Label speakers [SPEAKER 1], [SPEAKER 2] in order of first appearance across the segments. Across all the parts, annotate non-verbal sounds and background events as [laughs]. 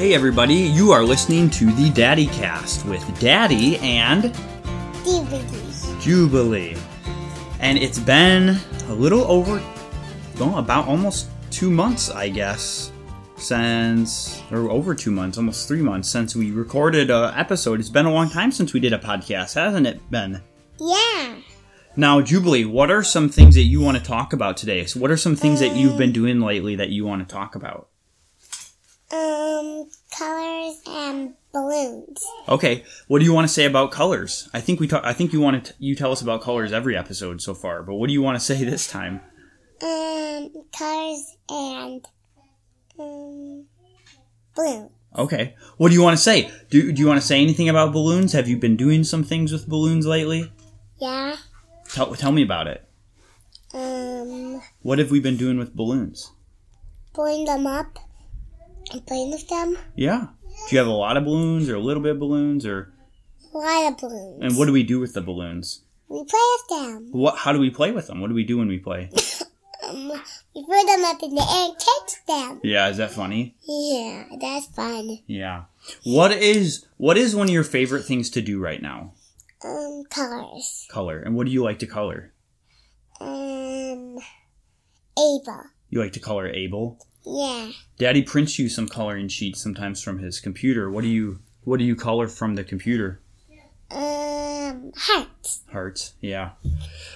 [SPEAKER 1] Hey, everybody, you are listening to the Daddy Cast with Daddy and
[SPEAKER 2] DVDs.
[SPEAKER 1] Jubilee. And it's been a little over, well, about almost two months, I guess, since, or over two months, almost three months since we recorded an episode. It's been a long time since we did a podcast, hasn't it, Ben?
[SPEAKER 2] Yeah.
[SPEAKER 1] Now, Jubilee, what are some things that you want to talk about today? So, what are some things that you've been doing lately that you want to talk about?
[SPEAKER 2] Um, colors and balloons.
[SPEAKER 1] Okay, what do you want to say about colors? I think we talk, I think you want to you tell us about colors every episode so far, but what do you want to say [laughs] this time?
[SPEAKER 2] Um, colors and um balloons.
[SPEAKER 1] Okay, what do you want to say? Do do you want to say anything about balloons? Have you been doing some things with balloons lately?
[SPEAKER 2] Yeah.
[SPEAKER 1] Tell tell me about it.
[SPEAKER 2] Um,
[SPEAKER 1] What have we been doing with balloons?
[SPEAKER 2] blowing them up and playing with them.
[SPEAKER 1] Yeah. Do you have a lot of balloons or a little bit of balloons or
[SPEAKER 2] A lot of balloons.
[SPEAKER 1] and what do we do with the balloons?
[SPEAKER 2] we play with them.
[SPEAKER 1] What how do we play with them? What do we do when we play?
[SPEAKER 2] Um, we throw them up in the air and catch them.
[SPEAKER 1] Yeah, is that funny?
[SPEAKER 2] Yeah, that's fun.
[SPEAKER 1] Yeah. What is what is one of your favorite things to do right now?
[SPEAKER 2] Um, colors.
[SPEAKER 1] Color. And what do you like to color?
[SPEAKER 2] Um, Ava.
[SPEAKER 1] You like to color Abel.
[SPEAKER 2] Yeah.
[SPEAKER 1] Daddy prints you some coloring sheets sometimes from his computer. What do you what do you color from the computer?
[SPEAKER 2] Um, hearts.
[SPEAKER 1] Hearts. Yeah.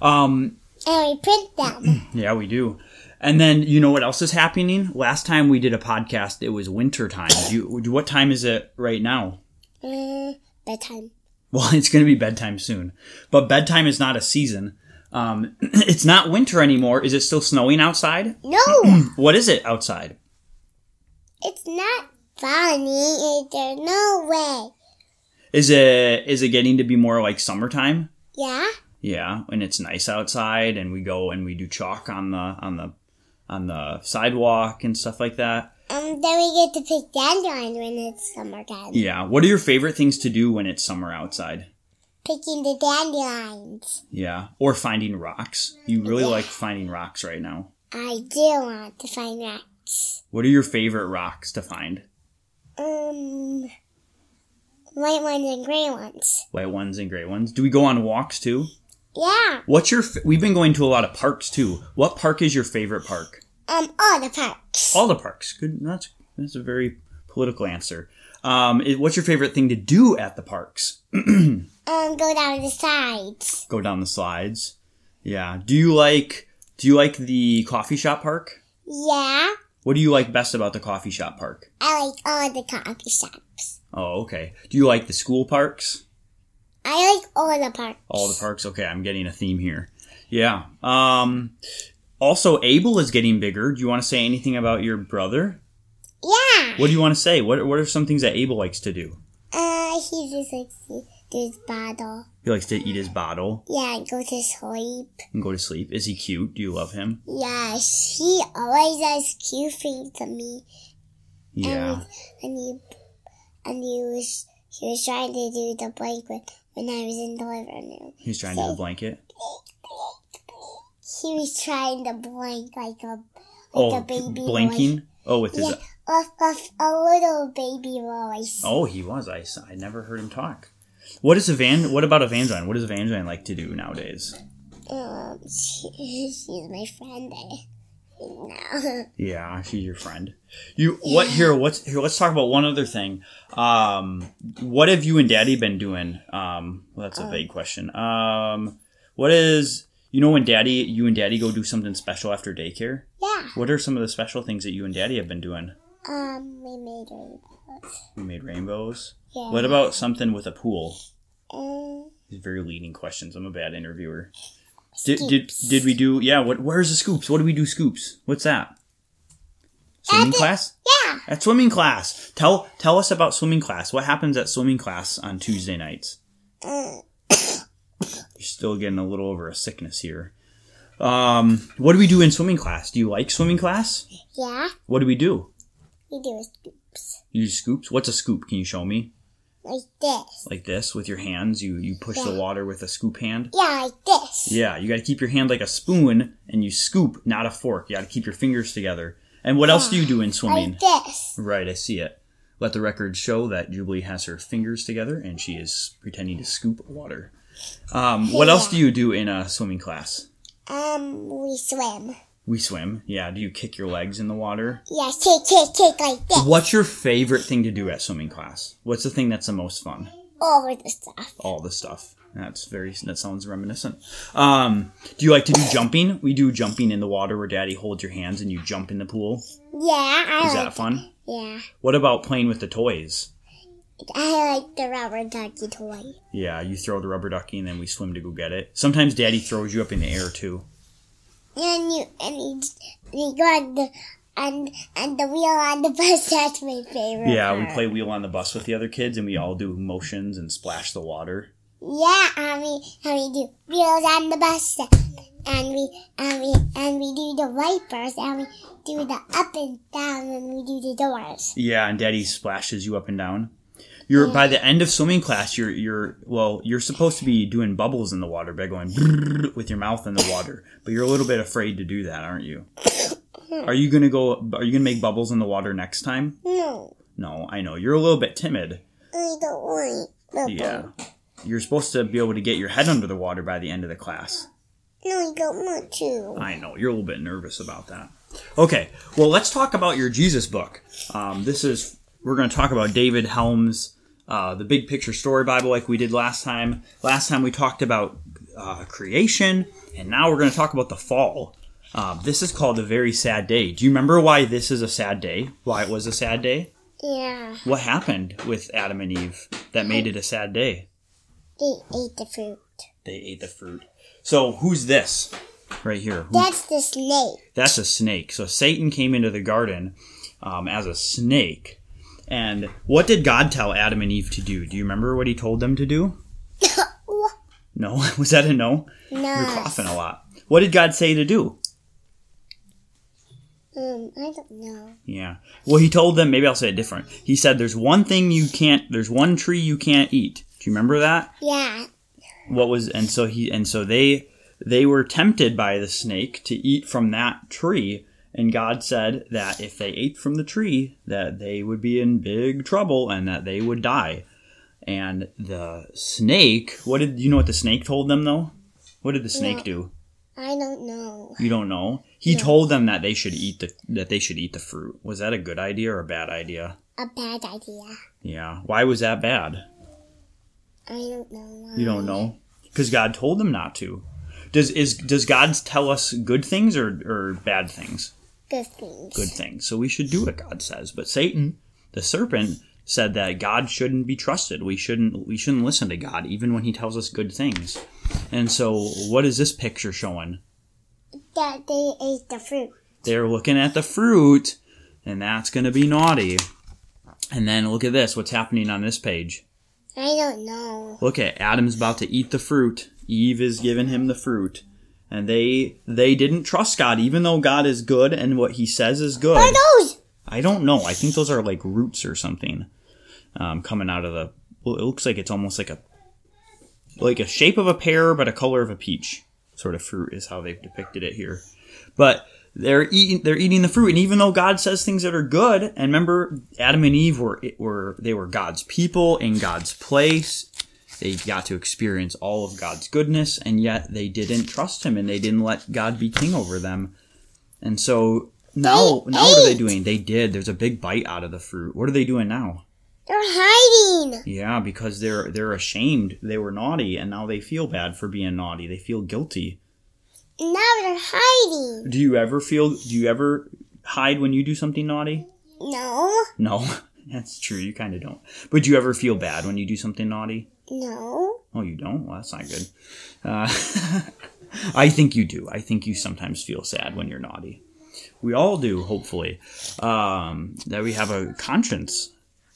[SPEAKER 1] Um
[SPEAKER 2] And we print them.
[SPEAKER 1] yeah, we do. And then you know what else is happening? Last time we did a podcast, it was winter time. Do you, do- what time is it right now? [laughs]
[SPEAKER 2] Uh, bedtime.
[SPEAKER 1] Well, it's going to be bedtime soon. But bedtime is not a season. Um, [clears throat] it's not winter anymore. Is it still snowing outside? [clears throat]
[SPEAKER 2] No,
[SPEAKER 1] What is it outside?
[SPEAKER 2] it's not funny. There's no way.
[SPEAKER 1] Is it is it getting to be more like summertime?
[SPEAKER 2] Yeah,
[SPEAKER 1] Yeah, and it's nice outside, and we go and we do chalk on the on the on the sidewalk and stuff like that.
[SPEAKER 2] um, then we get to pick dandelion when it's summertime.
[SPEAKER 1] Yeah, what are your favorite things to do when it's summer outside?
[SPEAKER 2] Picking the dandelions.
[SPEAKER 1] Yeah, or finding rocks. You really like finding rocks right now.
[SPEAKER 2] I do want to find rats.
[SPEAKER 1] What are your favorite rocks to find?
[SPEAKER 2] Um, white ones and gray ones.
[SPEAKER 1] White ones and gray ones. Do we go on walks too?
[SPEAKER 2] Yeah.
[SPEAKER 1] What's your? F- We've been going to a lot of parks too. What park is your favorite park?
[SPEAKER 2] Um, all the parks.
[SPEAKER 1] All the parks. Good. That's that's a very political answer. Um, it- what's your favorite thing to do at the parks?
[SPEAKER 2] Um, go down the sides.
[SPEAKER 1] go down the slides. Yeah. Do you like do you like the coffee shop park?
[SPEAKER 2] Yeah,
[SPEAKER 1] What do you like best about the coffee shop park?
[SPEAKER 2] I like all the coffee shops.
[SPEAKER 1] Oh, okay. Do you like the school parks?
[SPEAKER 2] I like all the parks.
[SPEAKER 1] All the parks? Okay, I'm getting a theme here. Yeah. Um also Abel is getting bigger. Do you want to say anything about your brother?
[SPEAKER 2] Yeah.
[SPEAKER 1] What do you want to say? What what are some things that Abel likes to do?
[SPEAKER 2] Uh, he just likes to do his bottle.
[SPEAKER 1] He likes to eat his bottle
[SPEAKER 2] Yeah, go to sleep.
[SPEAKER 1] and go to sleep. Is he cute? Do you love him?
[SPEAKER 2] Yes, he always does cute things to me. Um,
[SPEAKER 1] Yeah.
[SPEAKER 2] And he, and he was, he was trying to do the blanket when I was in the living room.
[SPEAKER 1] He's trying to do the blanket.
[SPEAKER 2] He was trying to blink like a, like
[SPEAKER 1] Oh,
[SPEAKER 2] a baby
[SPEAKER 1] blanking? Oh, with his
[SPEAKER 2] Yeah, a, a, a little baby voice.
[SPEAKER 1] Oh, he was. I, s- I never heard him talk. What is Evan? What about Evangeline? What does Evangeline like to do nowadays?
[SPEAKER 2] Um, [laughs] she, she's my friend. [laughs] I, now.
[SPEAKER 1] Yeah, she's your friend. You what here? What's here? Let's talk about one other thing. Um, what have you and Daddy been doing? Um, well, that's a vague question. Um, what is you know when Daddy you and Daddy go do something special after daycare?
[SPEAKER 2] [laughs] Yeah.
[SPEAKER 1] What are some of the special things that you and Daddy have been doing?
[SPEAKER 2] Um, we made rainbows.
[SPEAKER 1] We made rainbows.
[SPEAKER 2] Yeah.
[SPEAKER 1] What about something with a pool?
[SPEAKER 2] Um,
[SPEAKER 1] These very leading questions. I'm a bad interviewer. Did, did did we do? Yeah. What? Where's the scoops? What do we do? Scoops. What's that? Swimming
[SPEAKER 2] At the-
[SPEAKER 1] class.
[SPEAKER 2] yeah.
[SPEAKER 1] At swimming class. Tell tell us about swimming class. What happens at swimming class on Tuesday nights?
[SPEAKER 2] Uh,
[SPEAKER 1] You're still getting a little over a sickness here. Um, what do we do in swimming class? Do you like swimming class?
[SPEAKER 2] yeah.
[SPEAKER 1] What do we do?
[SPEAKER 2] We do scoops
[SPEAKER 1] You do scoops. What's a scoop? Can you show me?
[SPEAKER 2] like this.
[SPEAKER 1] Like this with your hands. You you push the
[SPEAKER 2] Yeah.
[SPEAKER 1] water with a scoop hand.
[SPEAKER 2] Yeah, like this.
[SPEAKER 1] Yeah, you got to keep your hand like a spoon and you scoop, not a fork. You got to keep your fingers together. And what else do you do in swimming?
[SPEAKER 2] Like this.
[SPEAKER 1] Right, I see it. Let the record show that Jubilee has her fingers together and she is pretending to scoop water. Um, what else do you do in a swimming class?
[SPEAKER 2] Um, we swim.
[SPEAKER 1] We swim. Yeah. Do you kick your legs in the water?
[SPEAKER 2] Yeah, kick, kick, kick like this.
[SPEAKER 1] What's your favorite thing to do at swimming class? What's the thing that's the most fun?
[SPEAKER 2] All of the stuff.
[SPEAKER 1] All the stuff. That's very. That sounds reminiscent. Um, do you like to do jumping? We do jumping in the water where Daddy holds your hands and you jump in the pool.
[SPEAKER 2] Yeah, I
[SPEAKER 1] Is
[SPEAKER 2] like.
[SPEAKER 1] that fun?
[SPEAKER 2] yeah,
[SPEAKER 1] What about playing with the toys?
[SPEAKER 2] I like the rubber ducky toy.
[SPEAKER 1] Yeah, you throw the rubber ducky and then we swim to go get it. Sometimes Daddy throws you up in the air too.
[SPEAKER 2] And you and he, he got the and and the wheel on the bus. [laughs] That's my favorite.
[SPEAKER 1] Yeah, we
[SPEAKER 2] part.
[SPEAKER 1] play wheel on the bus with the other kids and we all do motions and splash the water.
[SPEAKER 2] Yeah, and we and we do wheels on the bus, and we and we and we do the wipers, and we do the up and down, and we do the doors.
[SPEAKER 1] Yeah, and Daddy splashes you up and down. You're by the end of swimming class. You're you're well. You're supposed to be doing bubbles in the water by going brrrr with your mouth in the water, but you're a little bit afraid to do that, aren't you? Are you gonna go? Are you gonna make bubbles in the water next time?
[SPEAKER 2] No,
[SPEAKER 1] No, I know you're a little bit timid.
[SPEAKER 2] I don't want. bubble.
[SPEAKER 1] Yeah, you're supposed to be able to get your head under the water by the end of the class.
[SPEAKER 2] No, I don't want to.
[SPEAKER 1] I know you're a little bit nervous about that. Okay, well let's talk about your Jesus book. Um, this is we're going to talk about David Helms, uh, the Big Picture Story Bible, like we did last time. Last time we talked about uh, creation, and now we're going to talk about the fall. Uh, this is called a very sad day. Do you remember why this is a sad day? Why it was a sad day?
[SPEAKER 2] Yeah,
[SPEAKER 1] What happened with Adam and Eve that made it a sad day?
[SPEAKER 2] they ate the fruit.
[SPEAKER 1] They ate the fruit. So who's this right here? Who-
[SPEAKER 2] That's the snake.
[SPEAKER 1] that's a snake. So Satan came into the garden um, as a snake. And what did God tell Adam and Eve to do? Do you remember what he told them to do? No? [laughs] Was that a no? You're
[SPEAKER 2] no,
[SPEAKER 1] coughing a lot. What did God say to do?
[SPEAKER 2] um, I don't know.
[SPEAKER 1] Yeah. Well, he told them, maybe I'll say it different. He said, There's one thing you can't, there's one tree you can't eat. Do you remember that?
[SPEAKER 2] Yeah,
[SPEAKER 1] What was, and so he, and so they, they were tempted by the snake to eat from that tree. And God said that if they ate from the tree, that they would be in big trouble and that they would die. And the snake, what did you know what the snake told them though? What did the snake do?
[SPEAKER 2] I don't know.
[SPEAKER 1] You don't know. He told them that they should eat the that they should eat the fruit. Was that a good idea or a bad idea?
[SPEAKER 2] A bad idea.
[SPEAKER 1] Yeah. Why was that bad?
[SPEAKER 2] I don't know. Why.
[SPEAKER 1] You don't know because God told them not to. Does is does God tell us good things or or bad things?
[SPEAKER 2] Good things.
[SPEAKER 1] good thing. So we should do what God says. But Satan, the serpent, said that God shouldn't be trusted. We shouldn't we shouldn't listen to God even when he tells us good things. And so what is this picture showing?
[SPEAKER 2] That they ate the fruit.
[SPEAKER 1] They're looking at the fruit and that's going to be naughty. And then look at this, what's happening on this page.
[SPEAKER 2] I don't know.
[SPEAKER 1] Look at Adam's about to eat the fruit. Eve is giving him the fruit. And they they didn't trust God even though God is good and what he says is good.
[SPEAKER 2] Are those?
[SPEAKER 1] I don't know. I think those are like roots or something um, coming out of the. Well, it looks like it's almost like a like a shape of a pear, but a color of a peach sort of fruit is how they've depicted it here. But they're eating they're eating the fruit, and even though God says things that are good, and remember Adam and Eve were were they were God's people in God's place. They got to experience all of God's goodness, and yet they didn't trust Him, and they didn't let God be king over them. And so now,
[SPEAKER 2] They
[SPEAKER 1] now what are they
[SPEAKER 2] ate.
[SPEAKER 1] doing? They did. There's a big bite out of the fruit. What are they doing now?
[SPEAKER 2] They're hiding.
[SPEAKER 1] Yeah, because they're they're ashamed. They were naughty, and now they feel bad for being naughty. They feel guilty.
[SPEAKER 2] Now they're hiding.
[SPEAKER 1] Do you ever feel? Do you ever hide when you do something naughty?
[SPEAKER 2] No.
[SPEAKER 1] No, [laughs] that's true. You kind of don't. But do you ever feel bad when you do something naughty?
[SPEAKER 2] No.
[SPEAKER 1] Oh, you don't. Well, that's not good. Uh, [laughs] I think you do. I think you sometimes feel sad when you're naughty. We all do, hopefully. Um, that we have a conscience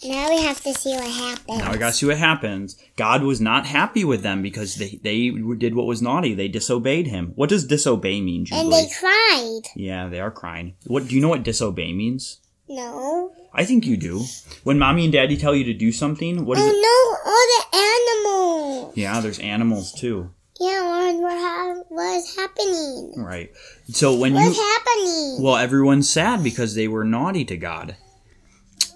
[SPEAKER 2] Now we have to see what happens.
[SPEAKER 1] Now I gotta see what happens. God was not happy with them because they they did what was naughty. They disobeyed him. What does disobey mean, Jubilee?
[SPEAKER 2] and they cried.
[SPEAKER 1] yeah, they are crying. What do you know what disobey means?
[SPEAKER 2] No.
[SPEAKER 1] I think you do. When mommy and daddy tell you to do something, what is it?
[SPEAKER 2] Oh no! All the animals.
[SPEAKER 1] Yeah, there's animals too.
[SPEAKER 2] Yeah, Lauren. What ha- what is happening?
[SPEAKER 1] Right. So when
[SPEAKER 2] What's
[SPEAKER 1] you
[SPEAKER 2] happening?
[SPEAKER 1] well, everyone's sad because they were naughty to God.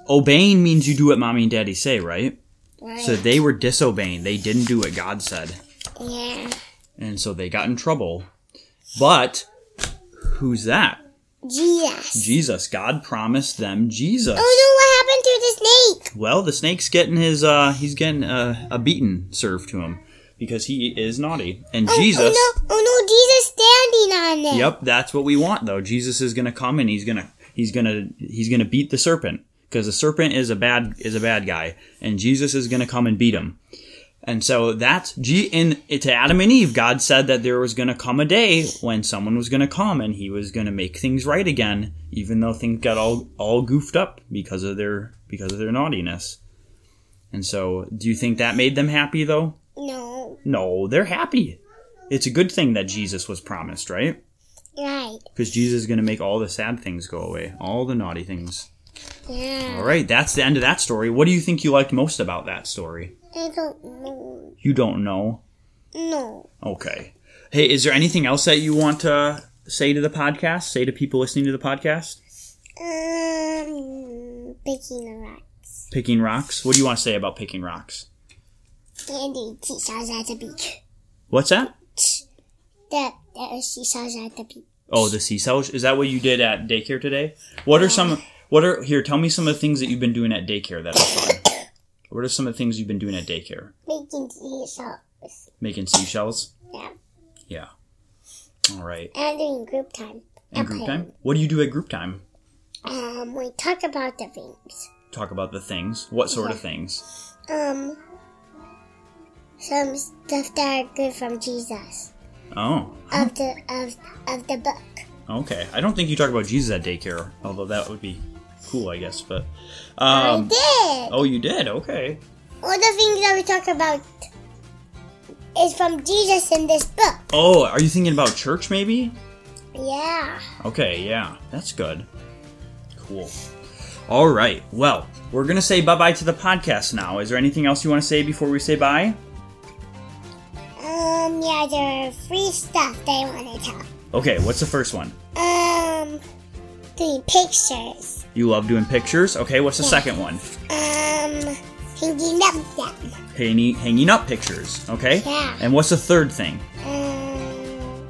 [SPEAKER 1] obeying means you do what mommy and daddy say, right?
[SPEAKER 2] Right.
[SPEAKER 1] So they were disobeying. They didn't do what God said.
[SPEAKER 2] yeah.
[SPEAKER 1] And so they got in trouble. But who's that?
[SPEAKER 2] Jesus.
[SPEAKER 1] Jesus. God promised them Jesus.
[SPEAKER 2] oh no! What happened to the snake?
[SPEAKER 1] Well, the snake's getting his uh he's getting uh, a beating served to him because he is naughty. And
[SPEAKER 2] Oh,
[SPEAKER 1] Jesus
[SPEAKER 2] Oh, no! Oh no! Jesus standing on it.
[SPEAKER 1] Yep, that's what we want though. Jesus is going to come and he's going to he's going to he's going to beat the serpent because the serpent is a bad is a bad guy and Jesus is going to come and beat him. And so that's G and to Adam and Eve God said that there was going to come a day when someone was going to come and he was going to make things right again even though things got all all goofed up because of their because of their naughtiness. And so do you think that made them happy though?
[SPEAKER 2] No.
[SPEAKER 1] No, they're happy. It's a good thing that Jesus was promised, right?
[SPEAKER 2] Right.
[SPEAKER 1] Because Jesus is going to make all the sad things go away, all the naughty things.
[SPEAKER 2] Yeah.
[SPEAKER 1] All right, that's the end of that story. What do you think you liked most about that story?
[SPEAKER 2] I don't know.
[SPEAKER 1] You don't know.
[SPEAKER 2] No.
[SPEAKER 1] Okay. Hey, is there anything else that you want to say to the podcast? Say to people listening to the podcast?
[SPEAKER 2] Um, picking the rock.
[SPEAKER 1] Picking rocks? What do you want to say about picking rocks?
[SPEAKER 2] Andy teach us at the beach.
[SPEAKER 1] What's that?
[SPEAKER 2] That that she saw us at the beach.
[SPEAKER 1] Oh, the seashells. Is that what you did at daycare today? What are some what are here, tell me some of the things that you've been doing at daycare that are fun. What are some of the things you've been doing at daycare?
[SPEAKER 2] Making seashells.
[SPEAKER 1] Making seashells?
[SPEAKER 2] Yeah.
[SPEAKER 1] Yeah. All right.
[SPEAKER 2] And doing group time.
[SPEAKER 1] And
[SPEAKER 2] Okay.
[SPEAKER 1] group time? What do you do at group time?
[SPEAKER 2] Um, we talk about the things.
[SPEAKER 1] Talk about the things. What sort of things?
[SPEAKER 2] Um, some stuff that are good from Jesus
[SPEAKER 1] Oh,
[SPEAKER 2] of the of of the book.
[SPEAKER 1] okay. I don't think you talk about Jesus at daycare, although that would be cool, I guess. But
[SPEAKER 2] I
[SPEAKER 1] um,
[SPEAKER 2] did.
[SPEAKER 1] oh, you did. Okay.
[SPEAKER 2] All the things that we talk about is from Jesus in this book.
[SPEAKER 1] Oh, are you thinking about church maybe?
[SPEAKER 2] Yeah.
[SPEAKER 1] Okay, yeah, that's good. Cool. All right. Well, we're gonna say bye bye to the podcast now. Is there anything else you want to say before we say bye?
[SPEAKER 2] Um, yeah, there are free stuff they want to tell.
[SPEAKER 1] Okay. What's the first one?
[SPEAKER 2] Um, doing pictures.
[SPEAKER 1] You love doing pictures. Okay. What's the second one?
[SPEAKER 2] Um, hanging up them.
[SPEAKER 1] hanging, hanging up pictures. Okay.
[SPEAKER 2] Yeah.
[SPEAKER 1] And what's the third thing?
[SPEAKER 2] Um,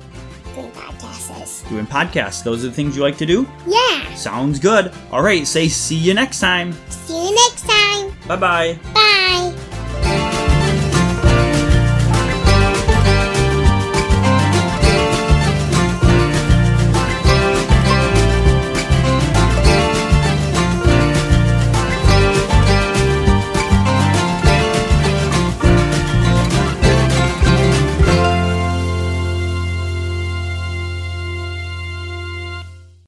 [SPEAKER 2] doing podcasts.
[SPEAKER 1] Doing podcasts. Those are the things you like to do.
[SPEAKER 2] Yeah.
[SPEAKER 1] Sounds good. All right. Say see you next time.
[SPEAKER 2] See you next time.
[SPEAKER 1] Bye bye.
[SPEAKER 2] Bye.